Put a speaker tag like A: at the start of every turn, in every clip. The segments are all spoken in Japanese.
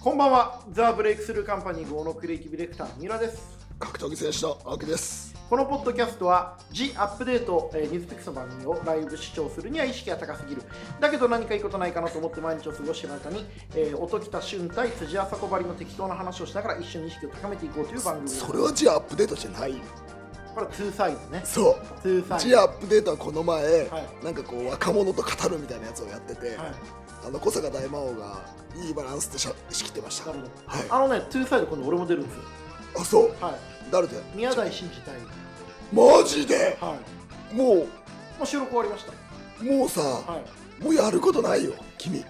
A: こんばんはザ・ブレイクスルーカンパニー号のクリエイティブディレクター三浦です
B: 格闘技選手の青木です
A: このポッドキャストは「ジ・アップデート」えーニュースピックスの番組をライブ視聴するには意識が高すぎるだけど何かいいことないかなと思って毎日を過ごしている中に、えー、音喜多俊対辻麻子ばりの適当な話をしながら一緒に意識を高めていこうという番組です
B: それはじゃあアップデートじゃない
A: これは2サイズね
B: そう
A: 2サイズ
B: じゃあアップデートはこの前、
A: い
B: なんかこう若者と語るみたいなやつをやってて、
A: はい
B: あの小坂大魔王がいいバランスでしゃ仕切ってました
A: なる
B: はい
A: ほどあのね2サイズ今度俺も出るんですよ
B: あそう
A: はい
B: 誰で
A: 宮台真司対
B: マジで
A: はい
B: も
A: もう収録終わりました
B: うもうさ、
A: はい
B: もうやることないよ君
A: い っ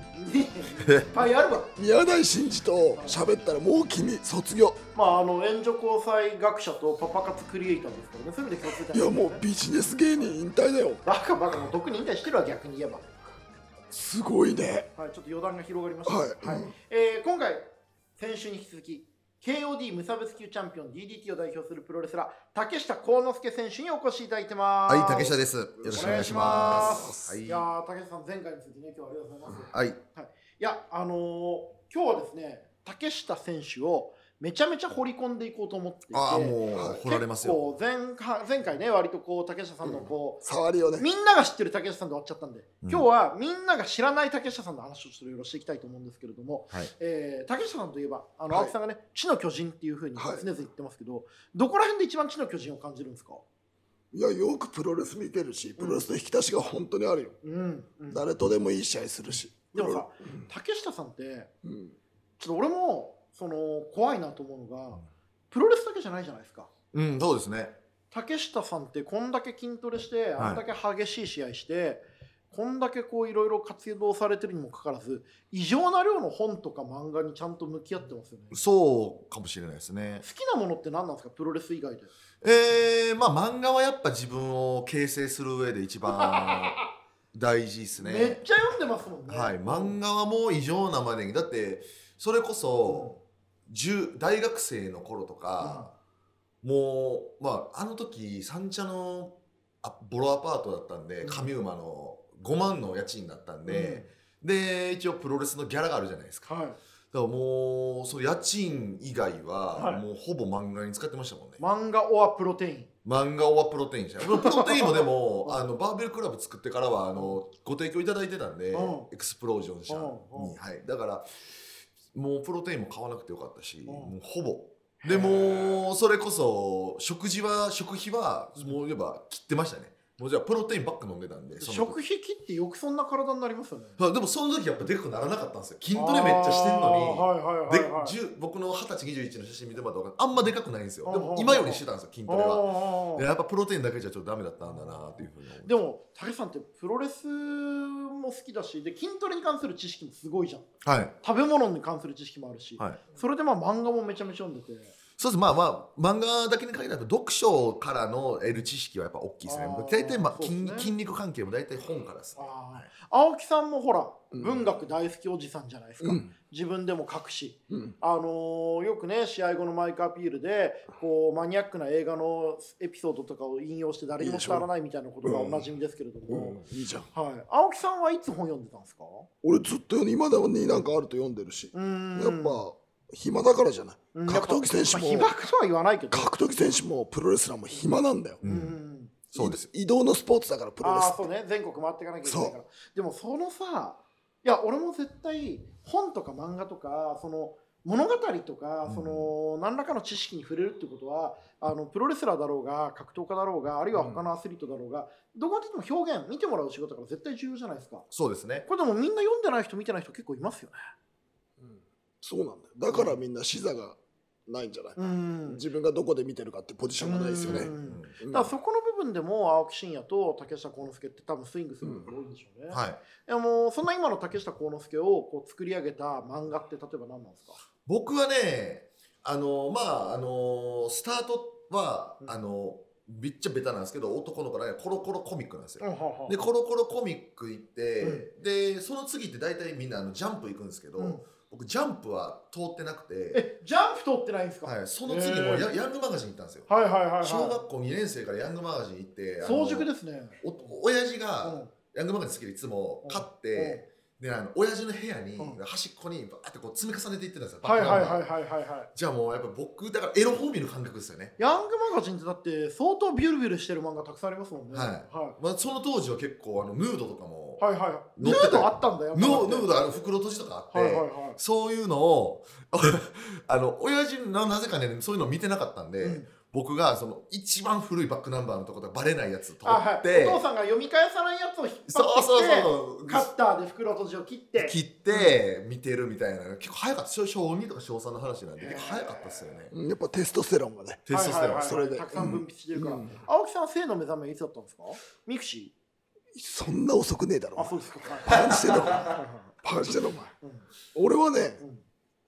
A: ぱいあるわ
B: 宮台真司と喋ったらもう君卒業
A: まああの援助交際学者とパパ活クリエイターですからねそういう意味で共通点
B: い
A: ある
B: や
A: んです
B: も
A: よ
B: う
A: ね
B: ビジネス芸人引退だよ
A: バカバカもう特に引退してるわ逆に言えば
B: すごいね
A: はいちょっと余談が広がりました
B: はい
A: は
B: うん
A: えー今回先週に引き続き KOD 無差別級チャンピオン DDT を代表するプロレスラー竹下幸之助選手にお越しいただいてます
C: はい、竹下
A: で
C: です。よろしくお願いし
A: お願
C: ま。
A: いしますいや
C: は
A: ー竹下さん前回についてね今日はありがとうございます
C: い。はい。
A: いや、あのー今日はですね、竹下選手をめちゃめちゃ掘り込んでいこうと思っていて、
C: ああ、もう、掘られますよ。
A: 結構前回前回ね、割とこう竹下さんのこ
B: 触りよ
A: う、
B: ね
A: みんなが知ってる竹下さんで終わっちゃったんで、
C: うん
A: 今日はみんなが知らない竹下さんの話をちょっといろいろしていきたいと思うんですけれども、
C: はい
A: えー竹下さんといえば、あの、
B: はい
A: 青木さんがね、地の巨人っていうふうに常
B: はい
A: 々言ってますけど、どこら辺で一番地の巨人を感じるんですか
B: いやよくプロレス見てるしプロレスの引き出しが本当にあるよ、
A: うん、うん
B: 誰とでもいい試合するし
A: でもさ、竹下さんって、
B: うん、
A: ちょっと俺もその怖いなと思うのが、
C: ん
A: プロレスだけじゃないじゃないですか。
C: うん、そうですね。
A: 竹下さんってこんだけ筋トレして
C: はい
A: あんだけ激しい試合して、こんだけこういろいろ活動されてるにもかかわらず異常な量の本とか漫画にちゃんと向き合ってますよね好
C: そうかもしれないですね。
A: きなものって何なんですかプロレス以外で
C: えー、まあ、漫画はやっぱ自分を形成する上で一番大事です
A: めっ
C: ね。
A: ちゃ読んでますもんね
C: はい。漫画はもう異常なまでに、だって、それこそ、10大学生の頃とか、もう、まあ、あの時、三茶のあボロアパートだったんで、
A: うん
C: 上馬の5万の家賃だったんで、で、一応プロレスのギャラがあるじゃないですか。
A: うんはい
C: だからもうその家賃以外
A: は
C: はいもうほぼ漫画に使ってましたもんね、
A: 漫画オアプロテイン
C: 漫画はプロテインじ ゃないプロテインもでもあのバーベルクラブ作ってからはあのご提供いただいてたんで、
A: うん
C: エクスプロージョン社に、
A: うんうん
C: はい、だからもうプロテインも買わなくてよかったし、
A: ん
C: もうほぼでもうそれこそ食事は食費はもう言えば切ってましたねもうじゃあプロテインばっか飲んでたんでその時
A: 食費切ってよくそんな体になりますよね
C: あでもその時やっぱでかくならなかったんですよ筋トレめっちゃしてんのに
A: あーはいはいはい
C: で、
A: はい
C: 10僕の二十歳21の写真見てもらったら分かるあんまでかくないんですよ
A: うん
C: で
A: うんう
C: も
A: ん
C: 今よりしてたんですよ筋トレは
A: あー
C: でやっぱプロテインだけじゃちょっとダメだったんだなっていうふうに思って
A: でも武さんってプロレスも好きだしで筋トレに関する知識もすごいじゃん
C: はい
A: 食べ物に関する知識もあるし、
C: はい
A: それでまあ漫画もめちゃめちゃ読んでて
C: そうですまあまあ漫画だけに限らず読書からの得る知識はやっぱ大きいですね
A: あー
C: 大体、まあ
A: そうですね
C: 筋筋肉関係も大体本からですね
A: あ
C: い
A: ー青木さんもほら、
B: うん
A: 文学大好きおじさんじゃないですか、
B: うん
A: 自分でも書くし、
B: うん
A: あのーよくね試合後のマイクアピールでこうマニアックな映画のエピソードとかを引用して誰にも伝わらないみたいなことがおなじみですけれど
B: う
A: も、
B: ん、いいじゃん
A: はい、青木さんはいつ本読んでたんですか
B: 俺ずっと読んで今でもになんかあると読んでるし、
A: うーん
B: やっぱ暇だからじゃない
A: うん
B: 格闘技選手も
A: やっぱまあ被爆とは言わないけど、
B: 格闘技選手もプロレスラーも暇なんだよ、
C: う
A: うんん
C: そうです
B: 移動のスポーツだからプロレス
A: ああ
B: って
A: そうね全国回っていかなきゃいけないからでもそのさいや俺も絶対本とか漫画とかその物語とか、
C: うん
A: その何らかの知識に触れるってことはあのプロレスラーだろうが格闘家だろうがあるいは他のアスリートだろうが、どこにでも表現見てもらう仕事だから絶対重要じゃないですかこ
C: そうですね
A: れでもみんな読んでない人見てない人結構いますよね
B: うんそうなんだよだからみんな視座がないんじゃない、
A: うん
B: 自分がどこで見てるかってポジションがないですよね、
A: う
B: うんん
C: うん
A: だからそこの部分でも青木真也と竹下幸之助って多分スイングすることが多いんでしょうね、
C: はい
A: いやもうそんな今の竹下幸之助をこう作り上げた漫画って例えば何なんですか
C: 僕はねあのまああのスタートは、
A: うん
C: あのめっちゃベタなんですけど男の子のコロコロコミックなんですよ、で
A: で
C: コロコロコミック行って、でその次って大体みんなあのジャンプ行くんですけど、
A: うん
C: 僕ジャンプは通ってなくて、
A: えジャンプ通ってないんですか、
C: はい、その次
A: へ
C: も
A: ー
C: ヤヤングマガジン行ったんですよ、
A: はいはいはいはい
C: 小学校2年生からヤングマガジン行ってあの
A: 早熟ですね
C: お親父
A: う
C: が
A: ん
C: ヤングマガジン好きでいつも買って、であの親父の部屋に、
A: うん
C: 端っこにバーってこう積み重ねていってたんですよ
A: はいはい
C: バックナ
A: は
C: ン
A: い
C: バー
A: はいはいはい
C: じゃあもうやっぱ僕だからエロホーミーの感覚ですよね、
A: ヤングマガジンってだって相当ビュルビュルしてる漫画たくさんありますもんね
C: はい
A: は
C: まあ、その当時は結構あのヌードとかも、
A: いはいはいヌ
C: 乗ってた
A: ードあったんだよ
C: ヌーヌー
A: ド
C: ドあの袋閉じとかあって、
A: はいはいはい
C: そういうのを あの親父のなぜかねそういうの見てなかったんで、
A: うん
C: 僕がその一番古いバックナンバーのところでバレないやつ取
A: あは
C: っ
A: い
C: て、
A: お父さんが読み返さないやつを引っ
C: そう
A: 張
C: そう
A: って
C: そう
A: きてカッターで袋閉じを切って
C: 切って見てるみたいな結構早かった小小2とか小3の話なんで結構早かったっすよね
B: うんやっぱテストステロンがね、
C: テストステロン
A: はいはいはい
B: それで
A: たくさん分泌してるから、
B: うん
A: 青木さんは性の目覚めいつだったんですかミクシ
B: そんな遅くねえだ
A: ーあ
B: ろ
A: そうですか
B: バカにしてんの か
A: は
B: バカにしてるお前
A: いうん
B: 俺はね
A: うん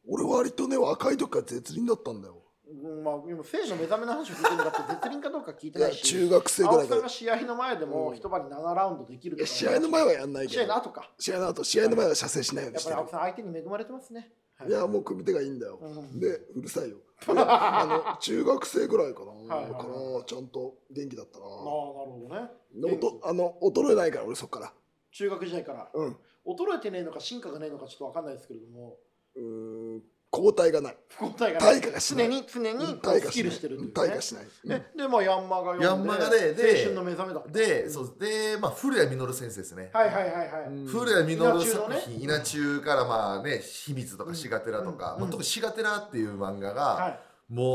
B: 俺割とね若い時から絶倫だったんだよ
A: うんまあ、でも性の目覚めの話を聞いてるんだって絶倫かどうか聞いて
B: い
A: な
B: や
A: いし
B: 中学生ぐ
A: 青
B: ら
A: 木
B: い
A: さ
B: か
A: ん
B: ら
A: が試合の前でも
B: うん
A: 一晩に7ラウンドできる
B: い
A: と
B: や
A: か
B: 試合の前はやんないけ
A: 試合
B: ど
A: の後か
B: 試合の後試合の前は射精しないように
A: やっ
B: し
A: ぱり
B: てる
A: 青木さん相手に恵まれてますねはい
B: やもう組手がいいんだよ
A: うん
B: でうるさ いよであの中学生ぐらいか
A: はい
B: な
A: はい
B: かなちゃんと元気だったな
A: ああなるほどね
B: でおとあの衰えないから俺そっから
A: 中学時代から
B: うんう
A: 衰えてねえのか進化がねえのかちょっと分かんないですけれども
B: ーん交代がない
A: 不公平がない
B: 退化がしな
A: 常
B: い
A: に常に
B: うん
A: こう
B: 退
A: ス
B: 化
A: キ
B: し
A: ル
B: ない
A: してるというね
B: 退化しないうん
A: えでまあヤンマが
C: ヤ
A: 読ん
C: ン
A: で
C: マがねで
A: 青春の目覚めだった
C: で
A: う
C: そ
A: ん
C: うでまあ古谷実先生ですね、
A: はいはいはいはい、
B: うん
C: 古谷
A: 稲
C: 実作
A: 中のね
C: 品稲中からまあね「秘密」とか「シガテラ」とか、
A: うん
C: まあ、特に「シガテラ」っていう漫画が、
A: は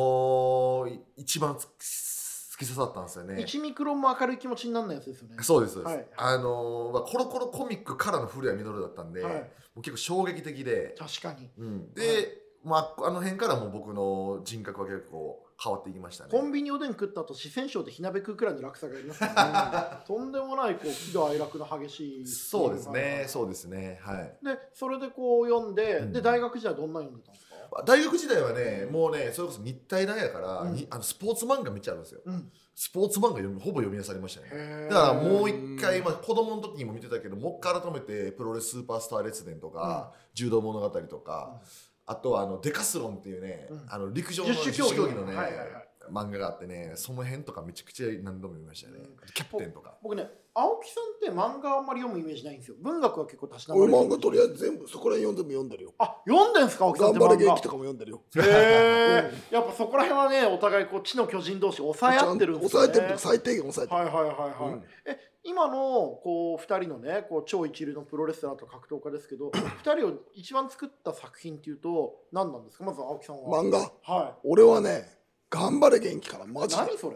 C: もう一番つ突き刺さったんですよ
A: い、
C: ね
A: 1ミクロンも明るい気持ちになんないやつですよね
C: そうですそうです、
A: はい
C: あのーまあ、コロコロコミックからの古谷実だったんで、
A: は
C: も
A: いう
C: 結構衝撃的で、
A: 確かに
C: うん、で、
A: はい
C: まあ、あの辺からもう僕の人格は結構変わっていきましたね
A: コンビニおでん食った後四川省で火鍋食うくらいの落差があります からねとんでもないこう喜怒哀楽の激しい
C: そうですね
A: う
C: そうですねはい
A: でそれでこう読んで、
C: うん
A: で大学時代どんなの読んでたんですか
C: 大学時代はねもうねそれこそ日体大やから、
A: うん
C: にあのスポーツ漫画めっちゃあるんですよ
A: うん
C: スポーツ漫画読みほぼ読み出されましたね
A: へ
C: だからもう
A: 一
C: 一回、まあ、子供の時にも見てたけどもう一回改めて「プロレススーパースター列伝」とか、柔道物語」とか、あとはあの「デカスロン」っていうね、
A: うん
C: あの陸上の
A: 十種
C: 十
A: 競技
C: 種競技のね、
A: はいはいはい
C: 漫画があってねその辺とかめちゃくちゃ何度も見ましたね、
A: うん
C: キャプテンとか
A: 僕ね青木さんって漫画あんまり読むイメージないんですよ文学は結構たしなま
B: 俺
A: れてる
B: 漫画とりあえず全部そこら辺読んでも読んでるよ
A: あ読んでんすか青木さんっ
B: 頑
A: て
B: 張れ
A: 漫
B: 元
A: 画
B: 気とかも読んでるよ
A: へえ、やっぱそこら辺はねお互いこう知の巨人同士抑え合ってるんですよ
B: 抑え
A: ね
B: てるとか最低限抑えてる
A: はいはいはいはい、
B: うん
A: え今のこう2人のねこう超一流のプロレスラーと格闘家ですけど 2人を一番作った作品っていうと何なんですかまず青木さんは、
B: 漫画
A: は
B: 俺はね頑張れ元気から
A: い
B: マジで
A: 何それ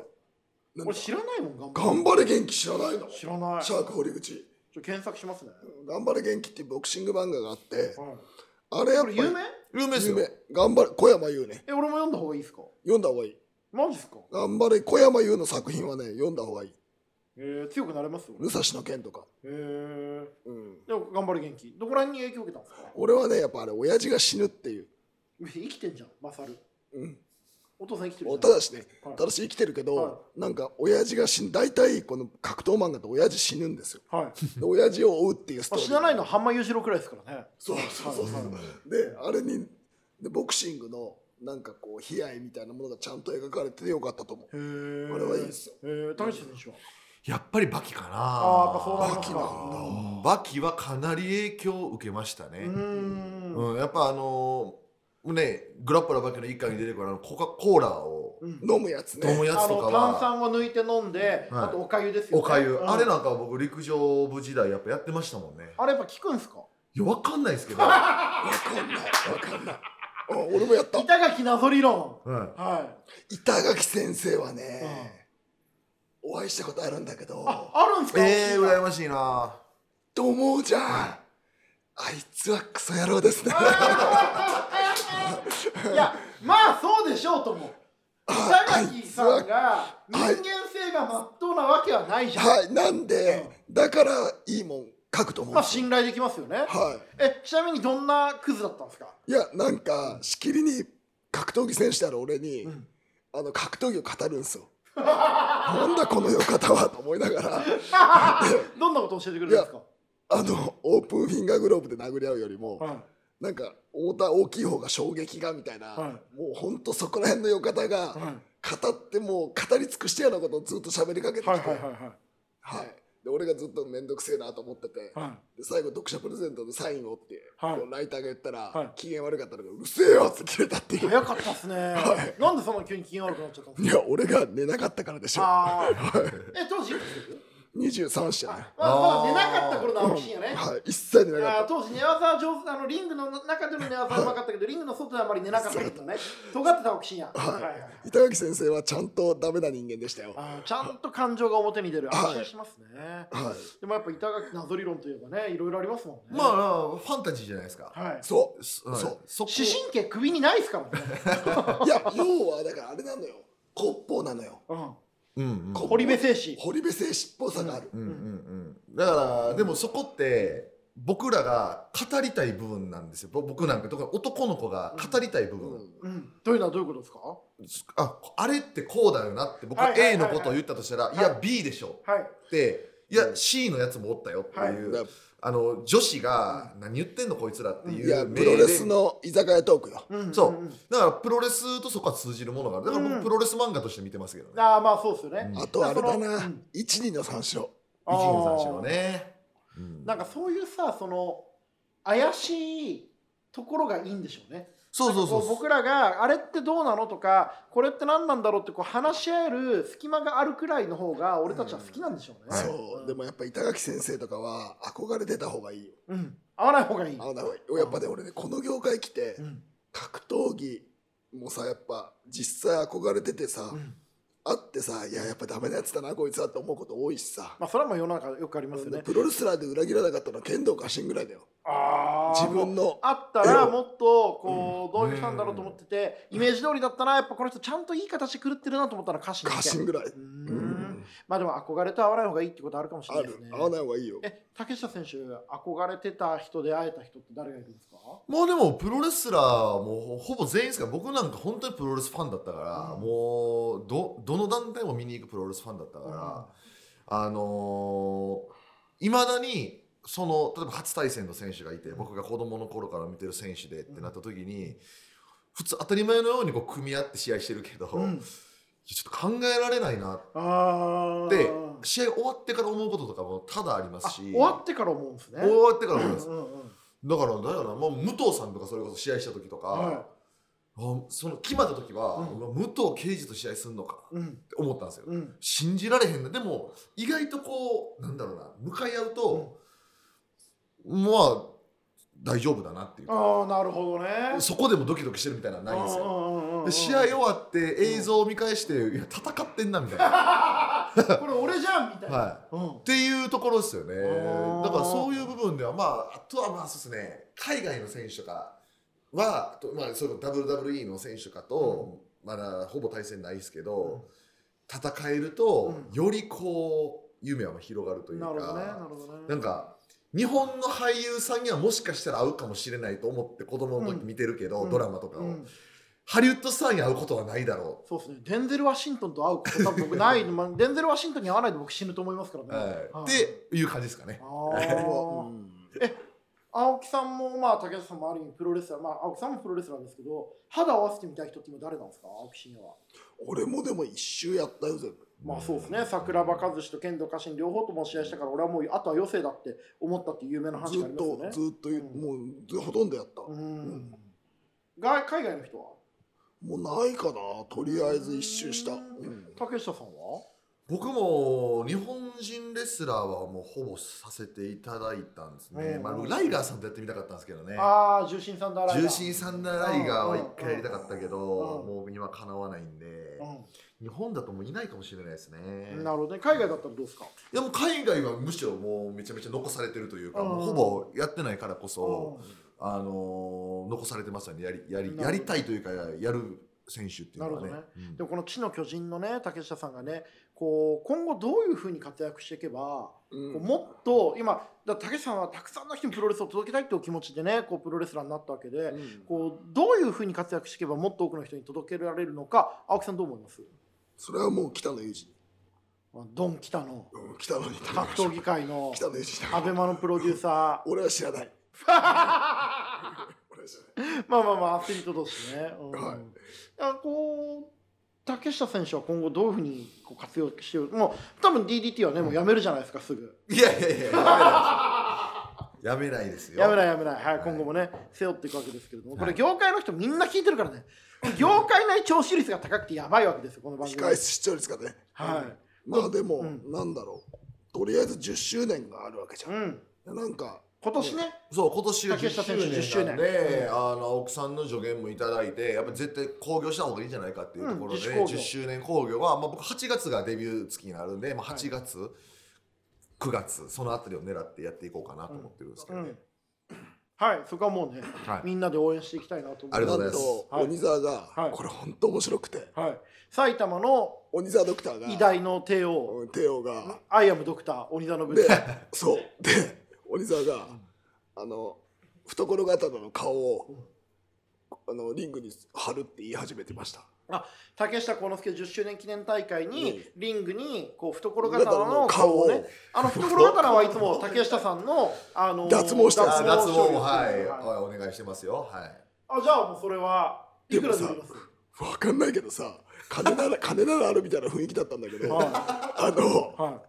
B: なんだ
A: 俺知らないもん頑
B: 頑張れ元気知らないの
A: 知らない
B: シ
A: ち
B: ャ
A: ょ
B: ーク堀口
A: 検索しますね、
B: 頑張れ元気っていうボクシング漫画があって
A: はい、
B: あれやっ
A: こ
B: ぱ
A: れ
B: り
A: 有名
C: 有名ですよ
B: 有名頑張れ小山優ね
A: え俺も読んだ方がいいですか
B: 読んだ方がいい
A: マジっすか
B: 頑張れ小山優の作品はね読んだ方がいい
A: えー、強くなれますよ
B: 武蔵野剣とか、
A: えー、
B: うん、
A: でも頑張れ元気どこら辺に影響を受けたんですか
B: 俺はねやっぱあれ親父が死ぬっていう、
A: 生きてんじゃんマサル
B: うん、
A: お父さん生きてるじゃん
B: ただしね
A: はい
B: ただし生きてるけど、
A: は
B: なんか親父が死ぬ大体この格闘漫画って親父死ぬんですよ
A: はい
B: で親父を追うっていうスト
A: あ
B: ーリー
A: 死なないのは半間裕次郎くらいですからね
B: そうそうそうそう、
A: はいは
B: であれにでボクシングのなんかこう悲哀みたいなものがちゃんと描かれててよかったと思う
A: へえ
B: あれはいいですよ
A: へえ高橋選手は
C: やっぱりバキかな
A: あーやっぱそうなりますか
B: バキなんだ
C: うんバキはかなり影響を受けましたね、
A: うーん
C: うん、やっぱあのーねグラッパラーばけの一家に出てくるあのコカ・コーラを
A: うん
B: 飲むやつ
C: 飲む
B: ね
C: やつ
A: あ
C: とか
A: の炭
C: は
A: 酸を抜いて飲んで、
C: はい
A: あとおかゆですよ、ね、
C: おかゆ、
A: うん
C: あれなんかは僕陸上部時代やっぱやってましたもんね
A: あれやっぱ効くんすか
C: いやわかんな いですけど、
B: わかんないわかんないあ俺もやった
A: 板垣謎理論
C: は
A: は
B: 板垣先生はね、お会いしたことあるんだけ
A: い
B: ど
A: ああるんす
C: い、
A: か
C: えー、
A: あ
C: 羨ましいな
B: と思うじゃん、あいつはクソ野郎ですね
A: ーいやまあそうでしょうと思う
B: あ
A: 板
B: あい
A: 垣
B: つ
A: さん
B: は
A: が人間性がまっとうなわけはないじゃん、
B: はいなんで、だからいいもん書くと思うん
A: まあ
B: ですよ
A: 信頼できますよね
B: は
A: えちなみにどんなクズだったんですか
B: いいやなんかしきりに格闘技選手である俺に、
A: うん
B: あの格闘技を語るんですよなんだこの浴衣はと思いながら
A: どんなことを教えてくれるんですか
B: あのオープンフィンガーグローブで殴り合うよりも、
A: はい
B: なんか太田大きい方が衝撃がみたいな、
A: は
B: もうほんとそこら辺の浴衣が、
A: はい
B: 語ってもう語り尽くしたようなことをずっと喋りかけてきて、
A: はいはいはいはい
B: はいで俺がずっと面倒くせえなと思ってて
A: は
B: で最後読者プレゼントのサインをって、
A: はい
B: こうライターが言ったら、
A: はい
B: 機嫌悪かったのがうるせえよって切れたって
A: い、
B: いう
A: 早かったですね、
B: はい
A: なんでそんな急に機嫌悪くなっちゃったんです
B: い
A: か
B: や俺が寝なかったからでしょ
A: ああえ当時いくつ
B: 23社
A: あ
B: ね
A: まあまあ
C: あー
A: 寝なかった頃の青木真也ね
B: はい一切寝な
A: あ
B: か
A: ー当時寝技は上手 あのリングの中での寝技はうまかったけどリングの外ではあまり寝なかったけどね尖ってた青木真也、
B: はい
A: はいはい
B: った板垣先生はちゃんとダメな人間でしたよ
A: あーちゃんと感情が表に出る
B: はい
A: 安心しますね、
B: はい
A: でもやっぱ板垣謎理論といえばねいろいろありますもんね
C: まあファンタジーじゃないですか。
A: はい
B: そう
C: そはい
B: そう
C: そこ
A: 視神経首にないですからね、
B: いや要はだからあれなのよ骨法なのよ
A: うん、
C: うんうん
B: こ
A: 堀部精神
B: 堀部製しっぽさがある、
C: うんうんうん、だからでもそこって僕らが語りたい部分なんですよぼ僕なんか特に男の子が語りたい部分、
B: うん
A: うん、というのはどういうことですか
C: ああれってこうだよなって僕
A: はい
C: が
A: はいはい
C: A のことを言ったとしたら、
A: い
C: いや B でしょ
A: はい
C: っていや C のやつもおったよっていう、
B: だか
C: あの女子が何言ってんのこいつらって
B: ら
C: い
B: いや
C: う
B: プ
C: 命
B: ロ
C: 令
B: レスの居酒屋トークよ
A: うん
C: そうん
A: ん
C: だからプロレスとそこは通じるものがあるだから
A: うん
C: 僕プロレス漫画として見てますけどね、
A: ああまあそうですよね
C: う、ん
B: あとあれだな
A: うん
B: 12の三章
A: あー
C: 一二三四のね、うん
A: なんかそういうさその怪しいところがいいんでしょうね
C: そうそうそう
A: こう僕らがあれってどうなのとかこれって何なんだろうってこう話し合える隙間があるくらいの方が俺たちは好きなんでしょうね、
C: はい
B: そう、
A: ん
B: でもやっぱ板垣先生とかは憧れてた方がいいよ
A: うん合わない方がいい
B: あのなやっぱね俺ねこの業界来て
A: うん
B: 格闘技もさやっぱ実際憧れててさ、
A: うん
B: 会ってさいややっぱダメなやつだなこいつはって思うこと多いしさ、
A: まあそれはもう世の中よくありますよね
B: プロレスラーで裏切らなかったのは剣道家臣ぐらいだよ
A: あー
B: 自分の
A: あったらもっとこうどういう人なんだろうと思っててイメージ通りだったらやっぱこの人ちゃんといい形で狂ってるなと思ったら歌詞に
B: 家臣ぐらい、
A: うー
B: うんん、
A: まあでも憧れと合わない方がいいってことあるかもしれ
B: あ
A: ないです
B: る
A: ね
B: 合わない方がいいよ
A: え竹下選手憧れてた人で会えた人って誰がいるんですか
C: まあでもプロレスラーもほぼ全員ですから僕なんか本当にプロレスファンだったから、
A: うん
C: もうどどの団体も見に行くプロレスファンだったから、あのい、まだにその例えば初対戦の選手がいて僕が子供の頃から見てる選手でってなった時に、普通当たり前のようにこう組み合って試合してるけど、
A: うん
C: ちょっと考えられないな
A: あー
C: で試合終わってから思うこととかも多々ありま
A: あ
C: すし
A: 終わってから思うんですね
C: 終わってから思います
A: うんうんうん
C: だからだよな、まあ、武藤さんとかそれこそ試合した時とか、
A: は
C: あその決まった時は、
A: うん
C: うわ武藤刑事と試合するのかっ
A: うん
C: て思ったんですよ、
A: うん
C: 信じられへんなでも意外とこうなんだろうな向かい合うと、まあ大丈夫だなっていうか
A: ああなるほどね
C: そこでもドキドキしてるみたいなのはないんですよ
A: よ
C: で試合終わって映像を見返して、いや戦ってんなみたいな、
A: これ俺じゃんみたいな、
C: はい、
A: うん
C: っていうところですよね
A: ー
C: だからそういう部分ではまああとはまあそうですね海外の選手とかはあとまあその WWE の選手とかと、まだほぼ対戦ないですけど、戦えると、
A: うん
C: よりこう夢は広がるという
A: な
C: か
A: るほどねなるほどね
C: なんか日本の俳優さんにはもしかしたら会うかもしれないと思って子供の時見てるけど、
A: うん
C: ドラマとかを、
A: うん、
C: ハリウッドスターに会うことはないだろ
A: そうですねデンゼル・ワシントンと会うこと多分僕ないの、 まあ、デンゼル・ワシントンに会わないで僕死ぬと思いますから
C: う、
A: ね、
C: はい、
A: は
C: っ
A: い
C: ていう感じですかね。
A: あ
B: う
A: あ
B: ん
A: 青木さんも、まあ、竹下さんもある意味プロレスラー、まあ、青木さんもプロレスラーですけど、肌を合わせてみたい人って今誰なんですか、青木真也は。
B: 俺もでも一周やったよ全部
A: まあそうですね、桜庭和志と剣道家臣両方とも試合したから、俺はもう、あとは余生だって思ったっていう有名な話
B: ず
A: があり
B: っ
A: ますよ
B: と、
A: ね。
B: ずっと、もうずほとんどやった、
A: うんが海外の人は
B: もうないかなとりあえず一周した、
A: う
B: うんん
A: 竹下さんは
C: 僕も日本人レスラーはもうほぼさせていただいたんですね、
A: うん
C: まあ、ライガーさんとやってみたかったんですけどね
A: ああ、重心さんだら
C: 重心サンダーライガーは一回やりたかったけど
A: うん
C: もう今かなわないんで
A: う
C: 日本だともういないかもしれないですね
A: ん、なるほどね、海外だったらどうですか、
C: でも海外はむしろもうめちゃめちゃ残されてるというか
A: うん
C: もうほぼやってないからこそ
A: う
C: あのー残されてますよねやりや
A: なるほ
C: り
A: ど
C: やりたいというかやる選手っていうのはね
A: なる
C: うん
A: んでもこの地の巨人のね、竹下さんがね、こう今後どういうふうに活躍していけば、
B: うん
A: こうもっと今だ武さんはたくさんの人にプロレスを届けたいってお気持ちでねこうプロレスラーになったわけで、
B: うん
A: こうどういうふうに活躍していけばもっと多くの人に届けられるのか青木さんどう思います
B: それはもう北野裕二
A: あドン・キタの
B: うん北野に頼みま
A: 格
B: しょ
A: 闘
B: う
A: 技界の
B: 北野裕二
A: アベマのプロデューサー
B: 俺は知 らない。俺は知らない。
A: まあまあまあアスリート同士ね、うん
B: はい
A: だからこ竹下選手は今後どういうふうにこう活用してるもう多分 DDT はねもうやめるじゃないですかすぐ
C: いやいやいやや めないですよ
A: やめない
C: い
A: やめない、はい
C: はい
A: 今後もね背負っていくわけですけれどもこ
C: は
A: れ
C: い
A: 業界の人みんな聞いてるからねこれ業界内聴取率が高くてやばいわけですよこの番組
B: 控え室視聴率がね
A: は
B: まあでも、
A: うん
B: なんだろうとりあえず10周年があるわけじ
A: い、
B: ゃ、
A: うんん、
B: なんか
A: 今年ね
C: そう今年が
A: 竹下選手
C: 10
A: 10
C: 周
A: 周
C: 年な
A: 年
C: んで、あの奥さんの助言もいただいてやっぱ絶対興行した方がいいんじゃないかっていうところで、
A: うん自主興行
C: 10周年興行は、まあ、僕8月がデビュー月になるんで、まあ、
A: はい
C: 8月、9月そのあたりを狙ってやっていこうかなと思ってるんですけ
A: う
C: どね、
A: んはいそこはもうね
C: はい、
A: みんなで応援していきたいなと思
C: ありがとうござ
B: ないん
C: ます
B: と
A: はい
B: 鬼沢が、
A: はい
B: これ本当面白くて
A: はい、埼玉の
B: 鬼沢ドクターが
A: 偉大の帝王
B: うん帝王が
A: アイアムドクター鬼田信
B: で
A: 之
B: そうで鬼沢があの懐刀の顔をあのリングに貼るって言い始めてました
A: 竹下幸之助10周年記念大会に
B: う
A: リングにこう懐刀の顔
B: 顔
A: を
B: を
A: ねあの懐刀はいつも竹下さんの、あのー
B: 脱毛したや
C: あ
B: つ
C: 脱毛
A: 処理をする
C: も
A: ん
C: はい、
A: ですよはい
C: お願いしてますよはい
A: あじゃあもうそれはいくらで売ります
B: わかんないけどさ金なら金ならあるみたいな雰囲気だったんだけどあ
A: はい
B: の
A: は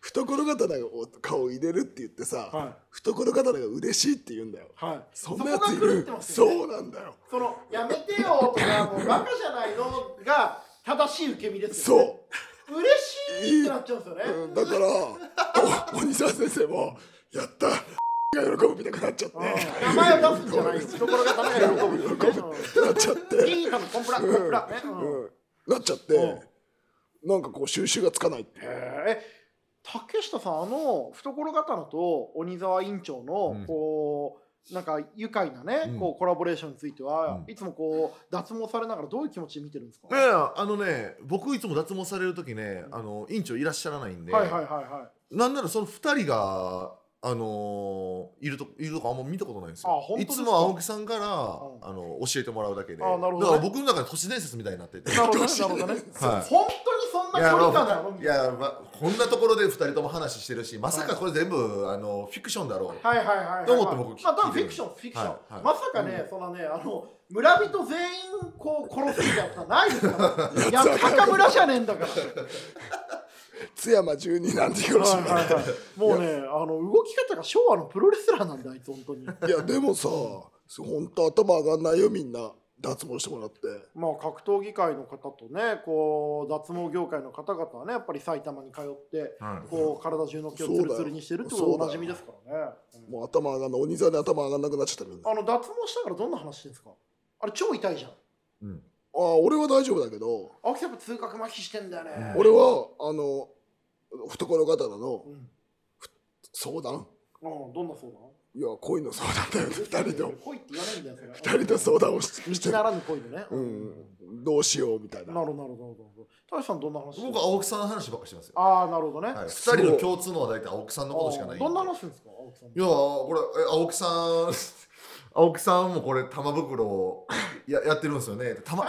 B: 懐刀を顔を入れるって言ってさ、
A: いはい
B: 懐刀が嬉しいって言うんだよ
A: はい
B: そんなやつい
A: そこが狂っ
B: る
A: てますよね
B: そうなんだよ
A: そのやめてよとかもうバカじゃないのが正しい受け身ですよ、ね、
B: そう
A: 嬉しいってなっちゃうんですよね、
B: うんだからお鬼沢先生も「やった!」が喜ぶみたくなっちゃって
A: 名前を出すんじゃないよ懐刀が喜ぶよね
B: なっちゃっ
A: うん
B: て、
A: いいかのコンプラコンプラね、うん
B: うん、なっちゃっ
A: う
B: てなんかこう収拾がつかないっていう
A: へえ竹下さんあの懐刀と鬼沢院長の、
C: うん
A: こうなんか愉快なね、
C: うん
A: こうコラボレーションについては、
C: うん
A: いつもこう脱毛されながらどういう気持ちで見てるんですか、
C: いやいやあのね僕いつも脱毛される時ね
A: うん
C: あの院長いらっしゃらないんで、
A: はいはいはいはい
C: なんならその2人が、あのーいるといるとこあんま見たことないんです
A: あ
C: よ
A: 本当
C: い
A: ですか
C: つも青木さんから、
A: ん
C: あの教えてもらうだけで
A: あなるほどね
C: だから僕の中で都市伝説みたいになっ てて。
A: なるほどねなるほどね、
C: はい
A: 本当にそん
C: い
A: な
C: や
A: 距離
C: ま
A: 感なの
C: あいやまあこんなところで2人とも話してるしまさかこれ全部あのフィクションだろう、
A: はいはいはいはい、
C: どう思って僕
A: まあ多分フィ
C: 聞いてる
A: クションフィクション、
C: はいはい
A: まさかね、そのねあの村人全員こう殺すみたいなことはないですからいや高村じゃねえんだから
B: 津山十二なんて言うらしい
A: はいはいはい、もうねあの動き方が昭和のプロレスラーなんだあいつ本当に
B: いやでもさ本当頭上がんないよみんな脱毛してもらって
A: まあ格闘技界の方とねこう脱毛業界の方々はねやっぱり埼玉に通って
C: うん
A: こう体中の毛を
B: そう
A: ツ
B: だよ
A: ルツルにしてるってことおなじみですからね、
B: もう頭上がんない鬼沢で頭上がんなくなっちゃったみんな
A: あの脱毛したからどんな話ですかあれ超痛いじゃん
C: うん
B: ああ俺は大丈夫だけど
A: 青木さんやっぱ痛覚麻痺してんだよね、
C: うん
B: 俺はあの懐刀の
A: うん
B: 相談
A: うんどんな相談
B: いや恋の相談だよね二人と
A: 恋って言わないんだよそれ
B: 二人と相談をしして
A: 道ならぬ恋でね、
B: うん、どうしようみたい
A: なる
B: な
A: ほどなるほどなるほど大志さんどんな話
C: 僕は青木さんの話ばっかしてますよ、
A: ああなるほどね、
C: はい、2
B: そう
C: 人の共通の話題って青木さんのことしかないんで
A: どんな話するんですか青木さん
C: いやーこれえ青木さん 青木さんもこれ玉袋をややってるんですよね玉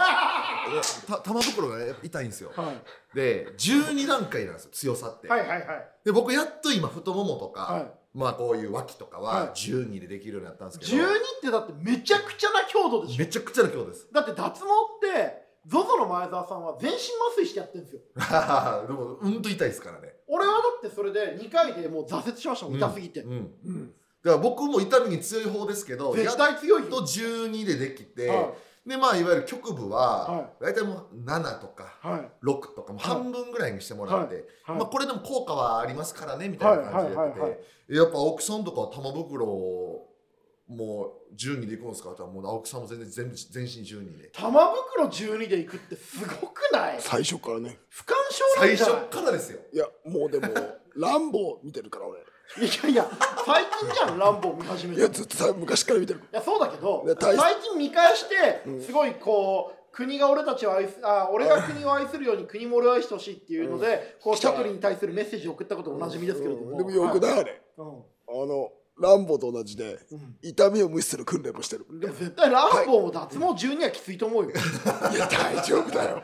C: た玉袋がやっぱ痛いんですよ
A: はい、
C: で12段階なんですよ強さって、
A: はいはいはい
C: で僕やっと今太ももとか、
A: はい
C: まあこういう脇とか
A: はい
C: は12でできるようになったんですけど、
A: 12ってだってめちゃくちゃな強度でしょ
C: めちゃくちゃな強度です
A: だって脱毛ってゾゾの前澤さんは全身麻酔してやってるんですよ
C: でもうんと痛いですからね
A: 俺はだってそれで2回でもう挫折しましたもん痛すぎて、
C: うんうん
B: うん
C: だから僕も痛みに強い方ですけどやっ
A: 絶対強いよ
C: と12でできて、
A: は
C: でまあいわゆる局部
A: は
C: は大体もう7とか
A: いはい
C: 6とかもう半分ぐらいにしてもらって、
A: はい
C: まあ、これでも効果はありますからねみたいな感じでやってて、
A: はいはいは
C: やっぱ青木さんとかは玉袋をもう12でいくんですかって言ったらもう青木さんも全然全部全身12で
A: 玉袋12でいくってすごくない
B: 最初からね
A: 不干渉な
C: 最
A: んじゃ
C: 初
A: ない
C: からですよ
B: いやもうで もランボー見てるから俺
A: いやいや最近じゃんランボー見始め
B: い
A: て
B: や
A: い
B: ずっとさ昔から見てる
A: やそうだけど
B: いや大し
A: 最近見返し
B: うん
A: てすごいこう国が俺たちを愛すあ俺が国を愛するように国も俺を愛してほしいっていうので、こうシャトルに対するメッセージを送ったことおなじみですけれども、
B: うんでもよく
A: はい
B: ないあれあのランボーと同じで
A: うん
B: 痛みを無視する訓練もしてる
A: うんでも絶対ランボーも脱毛12はきついと思うよ、
B: いや大丈夫 だよ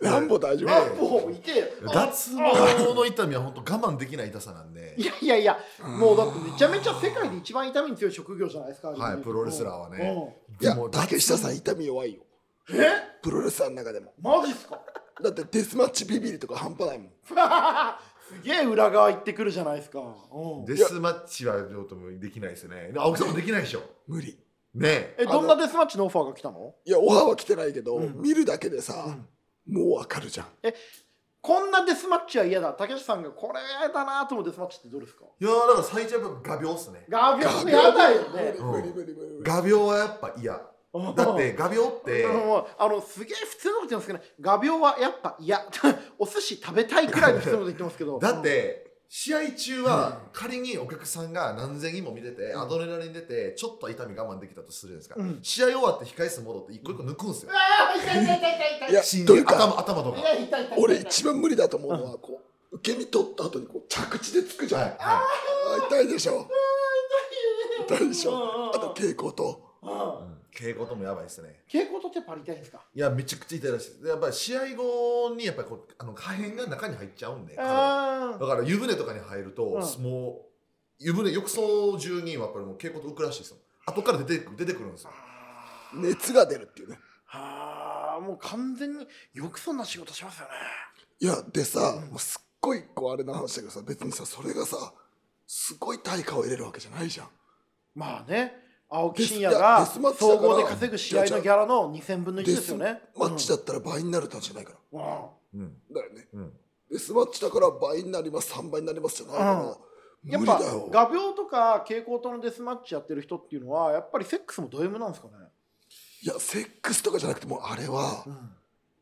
B: ランボー大丈夫
A: ランボーもいてよ
C: 脱毛の痛みは本当我慢できない痛さなんで
A: い、やいやいやもうだってめちゃめちゃ世界で一番痛みに強い職業じゃないですか、
C: はい、プロレスラーはね
A: う
B: いや
C: もう
B: 竹下さん痛み弱いよ
A: え
B: プロレスラーの中でも
A: マジっすか
B: だってデスマッチビビりとか半端ないもん
A: すげえ裏側行ってくるじゃないですか、うん、
C: デスマッチはどうともできないですよね。青木さんもできないでしょ。
B: 無理
C: ねえ。
A: えどんなデスマッチのオファーが来たの
B: いやオファーは来てないけど、
A: うん
B: 見るだけでさ、もうわかるじゃん
A: こんなデスマッチは嫌だ竹下さんがこれ嫌だなと思うデスマッチってどうですか
C: いやーだから最初はやっぱ画鋲っすね。
A: ガビョンやだよね
B: 無理無理無理無理
C: 画鋲はやっぱ嫌。 だって画鋲って
A: あのあのすげえ普通のこと言ってますけど、画鋲はやっぱいやお寿司食べたいくらいの普通のこと言ってますけど
C: だって試合中は仮にお客さんが何千人も見てて、アドレナリン出てちょっと痛み我慢できたとするんですか、
A: うん
C: 試合終わって控え室戻って一個一個抜くんですよ、
A: あー痛い痛い痛い痛い
B: いや
C: 心
B: とい
C: 理
B: うか
C: 頭頭とか、
A: いや痛い痛い痛い
B: 俺一番無理だと思うのはこう受け身取った後にこう着地でつくじゃん、
C: はいは
B: あ痛いでしょ痛いでし
A: うんうんうん
B: ょあと蛍光灯
A: うん
C: いうん稽古ともやばいですね
A: 蛍光灯ってやっぱり痛いんですか
C: いやめちゃくちゃ痛いらしいですでやっぱり試合後にやっぱりこうあの破片が中に入っちゃうんで体
A: あ
C: だから湯船とかに入ると、
A: うん
C: もう湯船浴槽中にはやっぱりもう稽古と浮くらしいですよ後から出てく出てくるんですよ
B: 熱が出るっていうね
A: あーもう完全によくそんな仕事しますよね
B: いやでさ、もうすっごいこうあれな話だけどさ別にさそれがさすごい対価を得れるわけじゃないじゃん
A: まあね青木真也
B: デ
A: が
B: スマッチだ
A: 総
B: から
A: 合で稼ぐ試合のギャラの2000分の1ですよね
B: マッチだったら倍になるたんじゃないから、
A: うんうん
C: うん
B: だよね
C: うん
B: デスマッチだから倍になります3倍になりますじゃないから、
A: やっ
B: 無理
A: ぱ
B: だよ
A: 画鋲とか蛍光灯のデスマッチやってる人っていうのはやっぱりセックスもド M なんですかね、
B: いやセックスとかじゃなくてもうあれは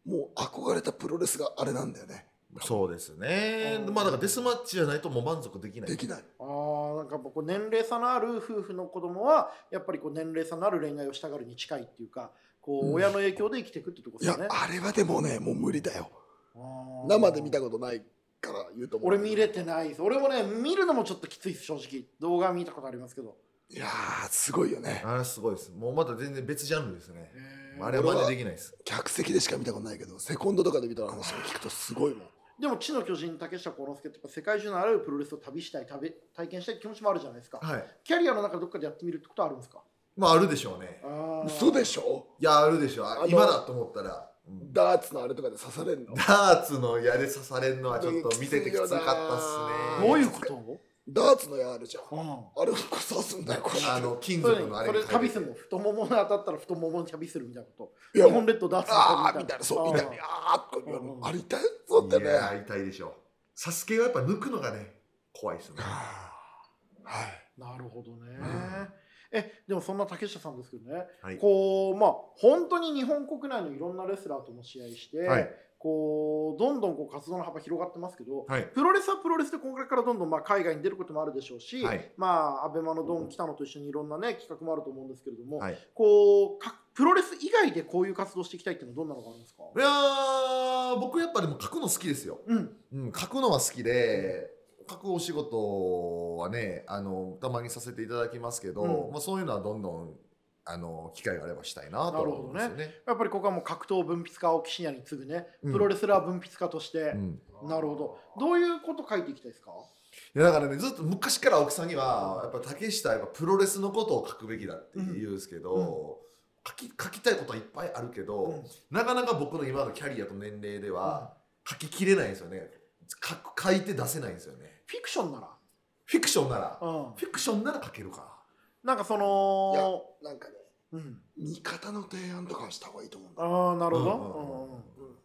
A: ん、
B: もう憧れたプロレスがあれなんだよね
C: そうですね
A: うん
C: まあだからデスマッチじゃないともう満足できない
B: できない
A: あーなんかこう年齢差のある夫婦の子供はやっぱりこう年齢差のある恋愛をしたがるに近いっていうかこ
C: うん
A: う親の影響で生きていくってとこ
B: い
A: です
B: や
A: よね、
B: あれはでもねもう無理だよ
A: あー
B: 生で見たことないから言うと思う
A: 俺見れてないです俺もね見るのもちょっときついです正直動画見たことありますけど
B: いやーすごいよね
C: あれすごいですもうまた全然別ジャンルですね
A: へー
C: あれは真似できないです
B: 客席でしか見たことないけどセコンドとかで見た話を聞くとすごいもん
A: でも「地の巨人」竹下幸之助ってやっぱ世界中のあらゆるプロレスを旅したい旅体験したい気持ちもあるじゃないですか
C: はい
A: キャリアの中でどっかでやってみるってことはあるんですか
C: まああるでしょうね
B: 嘘で
A: し
B: しょ
C: いやあるでしょう
B: あの
C: 今だと思ったら、うん
B: ダーツのあれとかで刺されんの
C: ダーツの矢で刺されるのはちょっと見ててきつかったっすね
A: どういうこと
B: ダーツの矢あるじゃん
A: うん
B: あれをこう刺すんだよこ
C: あ
B: れ
C: の金
A: それ
C: 属のあれ
A: それ
C: 書い
A: 旅
C: て
A: するの太ももに当たったら太ももに旅するみたいなこ
B: い
A: と
B: や
A: 日本列島ダーツの
B: ああ
A: 旅
B: みたいなそうみたい
A: あ
B: なあーっと
A: うん
B: あれ痛いそうだ
C: い
B: よ
C: や
B: ね
C: ー痛いでしょうサスケはやっぱ抜くのがね怖いですね
B: はい
A: ーなるほどね、
C: ん
A: えでもそんな竹下さんですけどね、
C: はい
A: こうまあ本当に日本国内のいろんなレスラーとも試合して、
C: はい
A: こうどんどんこう活動の幅広がってますけど、
C: はい
A: プロレスはプロレスで今回からどんどんまあ海外に出ることもあるでしょうし、
C: はい
A: まあアベマのドン北野と一緒にいろんなね企画もあると思うんですけれども、
C: はい
A: こうかプロレス以外でこういう活動していきたいっていうのはどんなのがあるんですか、
C: いやー僕やっぱでも書くの好きですよ
A: うん
C: うん、書くのは好きで、書くお仕事はねあのたまにさせていただきますけど、
A: うん
C: まあ、そういうのはどんどんあの機会があればしたいなと
A: な
C: は
A: るほど
C: 思うん
A: ね
C: ですよね。
A: やっぱりここはもう格闘文筆家青木真也に次ぐね、
C: うん
A: プロレスラー文筆家として、
C: うん
A: なるほどどういうこと書いていきたいですか
C: いやだからねずっと昔から青木さんにはやっぱ竹下はやっぱプロレスのことを書くべきだって言うんですけど、
A: うん
C: 書き書きたいことはいっぱいあるけど、なかなか僕の今のキャリアと年齢では書ききれないんですよね書く書いて出せないんですよね
A: フィクションなら、
C: フィクションなら
A: うん、
C: フィクションなら書けるか
A: なんかその、
B: なんかね
A: うん、
B: 味方の提案とかはした方がいいと思うんだ
A: ああなるほ
C: うんうんうん
A: ど、うんうん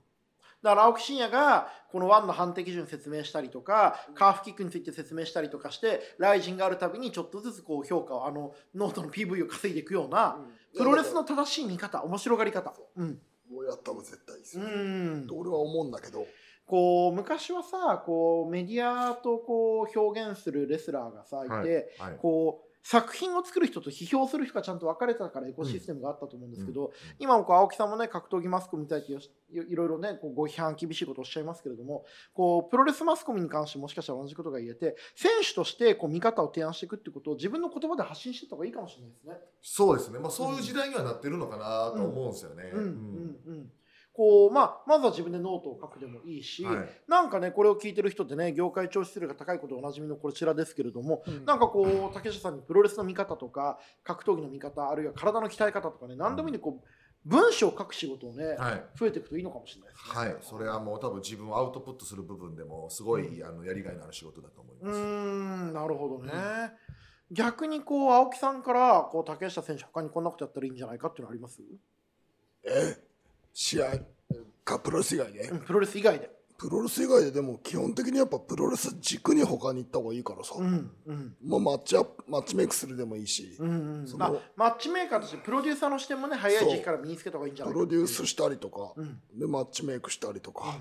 A: だから青木真也がこの1の判定基準説明したりとかカーフキックについて説明したりとかしてライジンがあるたびにちょっとずつこう評価をあのノートの PV を稼いでいくようなプロレスの正しい見方面白がり方うん
B: もうやった方が絶対いいです
A: う
B: よ
A: ん
B: 俺は思うんだけど
A: こう昔はさこうメディアとこう表現するレスラーがさいて、
C: ら、はい
A: こう作品を作る人と批評する人がちゃんと分かれてたからエコシステムがあったと思うんですけど、今もこう青木さんもね格闘技マスコミに対してよしいいろいろねこうご批判厳しいことをおっしゃいますけれどもこうプロレスマスコミに関してもしかしたら同じことが言えて選手としてこう見方を提案していくってことを自分の言葉で発信していった方がいいかもしれないですね。
C: そうですね、まあ、そういう時代にはなってるのかなと思うんですよね。
A: うんうんうんこうまあ、まずは自分でノートを書くでもいいし、
C: はい
A: なんかねこれを聞いてる人ってね業界聴取数が高いことでおなじみのこちらですけれども、
B: うん
A: なんかこう竹下さんにプロレスの見方とか格闘技の見方あるいは体の鍛え方とかね何でもいいんでこう文章を書く仕事をね、
C: はい
A: 増えていくといいのかもしれないですね。
C: はい、それはもう多分自分をアウトプットする部分でもすごい、あのやりがいのある仕事だと思いうます。
A: ーんなるほどね、逆にこう青木さんからこう竹下選手他にこんなことやったらいいんじゃないかっていうのあります、
B: え試合かプロレス以外で、
A: うん、プロレス以外で。
B: プロレス以外ででも基本的にやっぱプロレス軸に他に行った方がいいからさ、
A: うんうん
B: まあ、マッチアップマッチメイクするでもいいし、
A: うんうん
B: その
A: まあ、マッチメーカーとしてプロデューサーの視点もね早い時期から身につけた方がいいんじゃな
B: プ
A: いか
B: ロデュースしたりとか、
A: うん
B: でマッチメイクしたりとか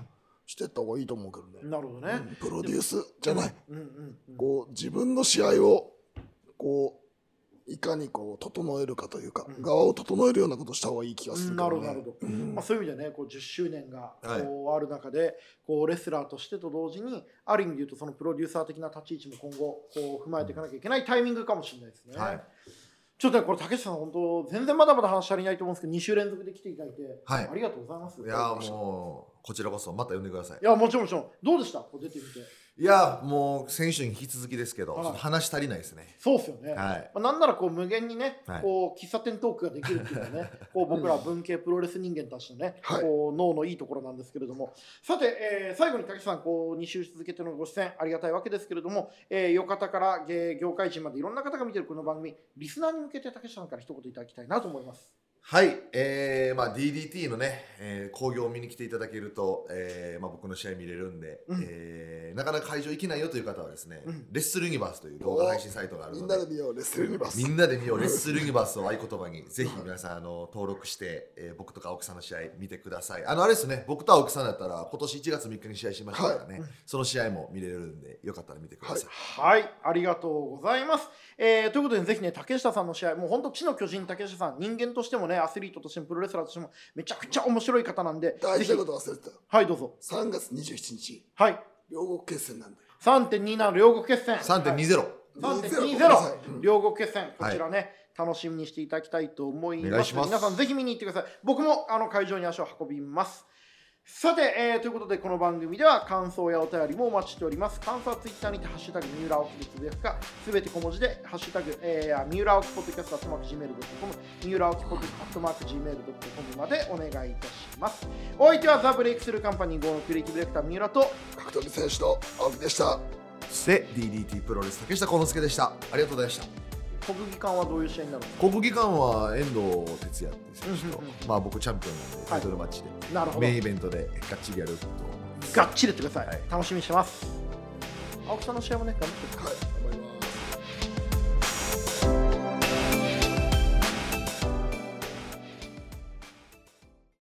B: してった方がいいと思うけどね、
A: なるほどね、
B: プロデュースじゃない、
A: うんうんうん、
B: こう自分の試合をこういかにこう整えるかというか、
A: うん
B: 側を整えるようなことした方がいい気がするけ
A: なる
B: ど
A: ほどなる
B: ね
A: ほど、
B: うん
A: まあ、そういう意味でねこう10周年が
C: はい
A: こうある中で、こうレスラーとしてと同時にある意味で言うとそのプロデューサー的な立ち位置も今後こう踏まえていかなきゃいけないタイミングかもしれないですね、
C: はい、
A: ちょっとねこれ竹下さん本当全然まだまだ話足りないと思うんですけど2週連続で来ていただいて、
C: はい
A: ありがとうございます
C: いやーもうこちらこそまた呼んでください
A: い。やもちろんもちろんどうでしたこう出てみて
C: いやーもう選手に引き続きですけど、
A: はい
C: ちょっと話足りないですね。
A: そうですよね、
C: はい。
A: まあ、なんならこう無限にね、
C: はい
A: こう喫茶店トークができるっていうのは ねこう僕ら文系プロレス人間たちのね、
B: はい
A: こう脳のいいところなんですけれどもさて、えー最後に滝さんこう2週続けてのご出演ありがたいわけですけれども、えー、よ方から芸業界人までいろんな方が見てるこの番組リスナーに向けて竹下さんから一言いただきたいなと思います。
C: はい、えーまあ、DDT のね、えー、興行を見に来ていただけると、えーまあ、僕の試合見れるんで、
A: うん
C: えーなかなか会場行けないよという方はですね、
A: うん
C: レッスルユニバースという動画配信サイトがある
B: みんな
C: ので
B: で見ようレスリングバス
C: みんな で見ようレッスルユニバースを合言葉にぜひ皆さんあの登録して、えー僕とか青木さんの試合見てくださいあのあれですね僕と青木さんだったら今年1月3日に試合しましたからね、その試合も見れるんでよかったら見てください、
A: はい、ありがとうございます。えーということで、ぜひね、竹下さんの試合、もう本当、地の巨人、竹下さん、人間としてもね、アスリートとしても、プロレスラーとしても、めちゃくちゃ面白い方なんで、
B: 大
A: ぜ
B: 事
A: ひ
B: なこ、と忘れてた
A: はい、どうぞ。
B: 3月27日
A: はい、
B: 両国決戦なんだよ
A: 3.27両国決戦
C: 3.20、
A: 3.20、
B: うん
A: 両国決戦こ
C: はい
A: ちらね、楽しみにしていただきたいと思い
C: お願
A: ま
C: い
A: す
C: します
A: 皆さんぜひ見に行ってください僕もあの会場に足を運びますさて、えーということでこの番組では感想やお便りもお待ちしております感想はツイッターにて「ハッシュタグ三浦青木」でつぶやくかすべて小文字で「ハッシュタグ、えー、三浦青木ポッドキャスト」「@gmail.com」三浦青木ポッドキャスト「@gmail.com」までお願いいたしますお相手はザ・ブレイクスルーカンパニー号のクリエイティブディレクター三浦と
B: 格闘技選手と青木でした
C: そして DDT プロレス竹下幸之助でしたありがとうございました
A: 国技館はどういう試合になるの
C: 国技館は遠藤哲也っていう選手
A: うんうん
C: と、まあ、僕チャンピオンなんでタイトルマッチで、
A: なるほど
C: メインイベントでがっちりやると思います
A: がっちりやってください、
C: はい
A: 楽しみにしてます青木さんの試合もね頑張ってください
B: はい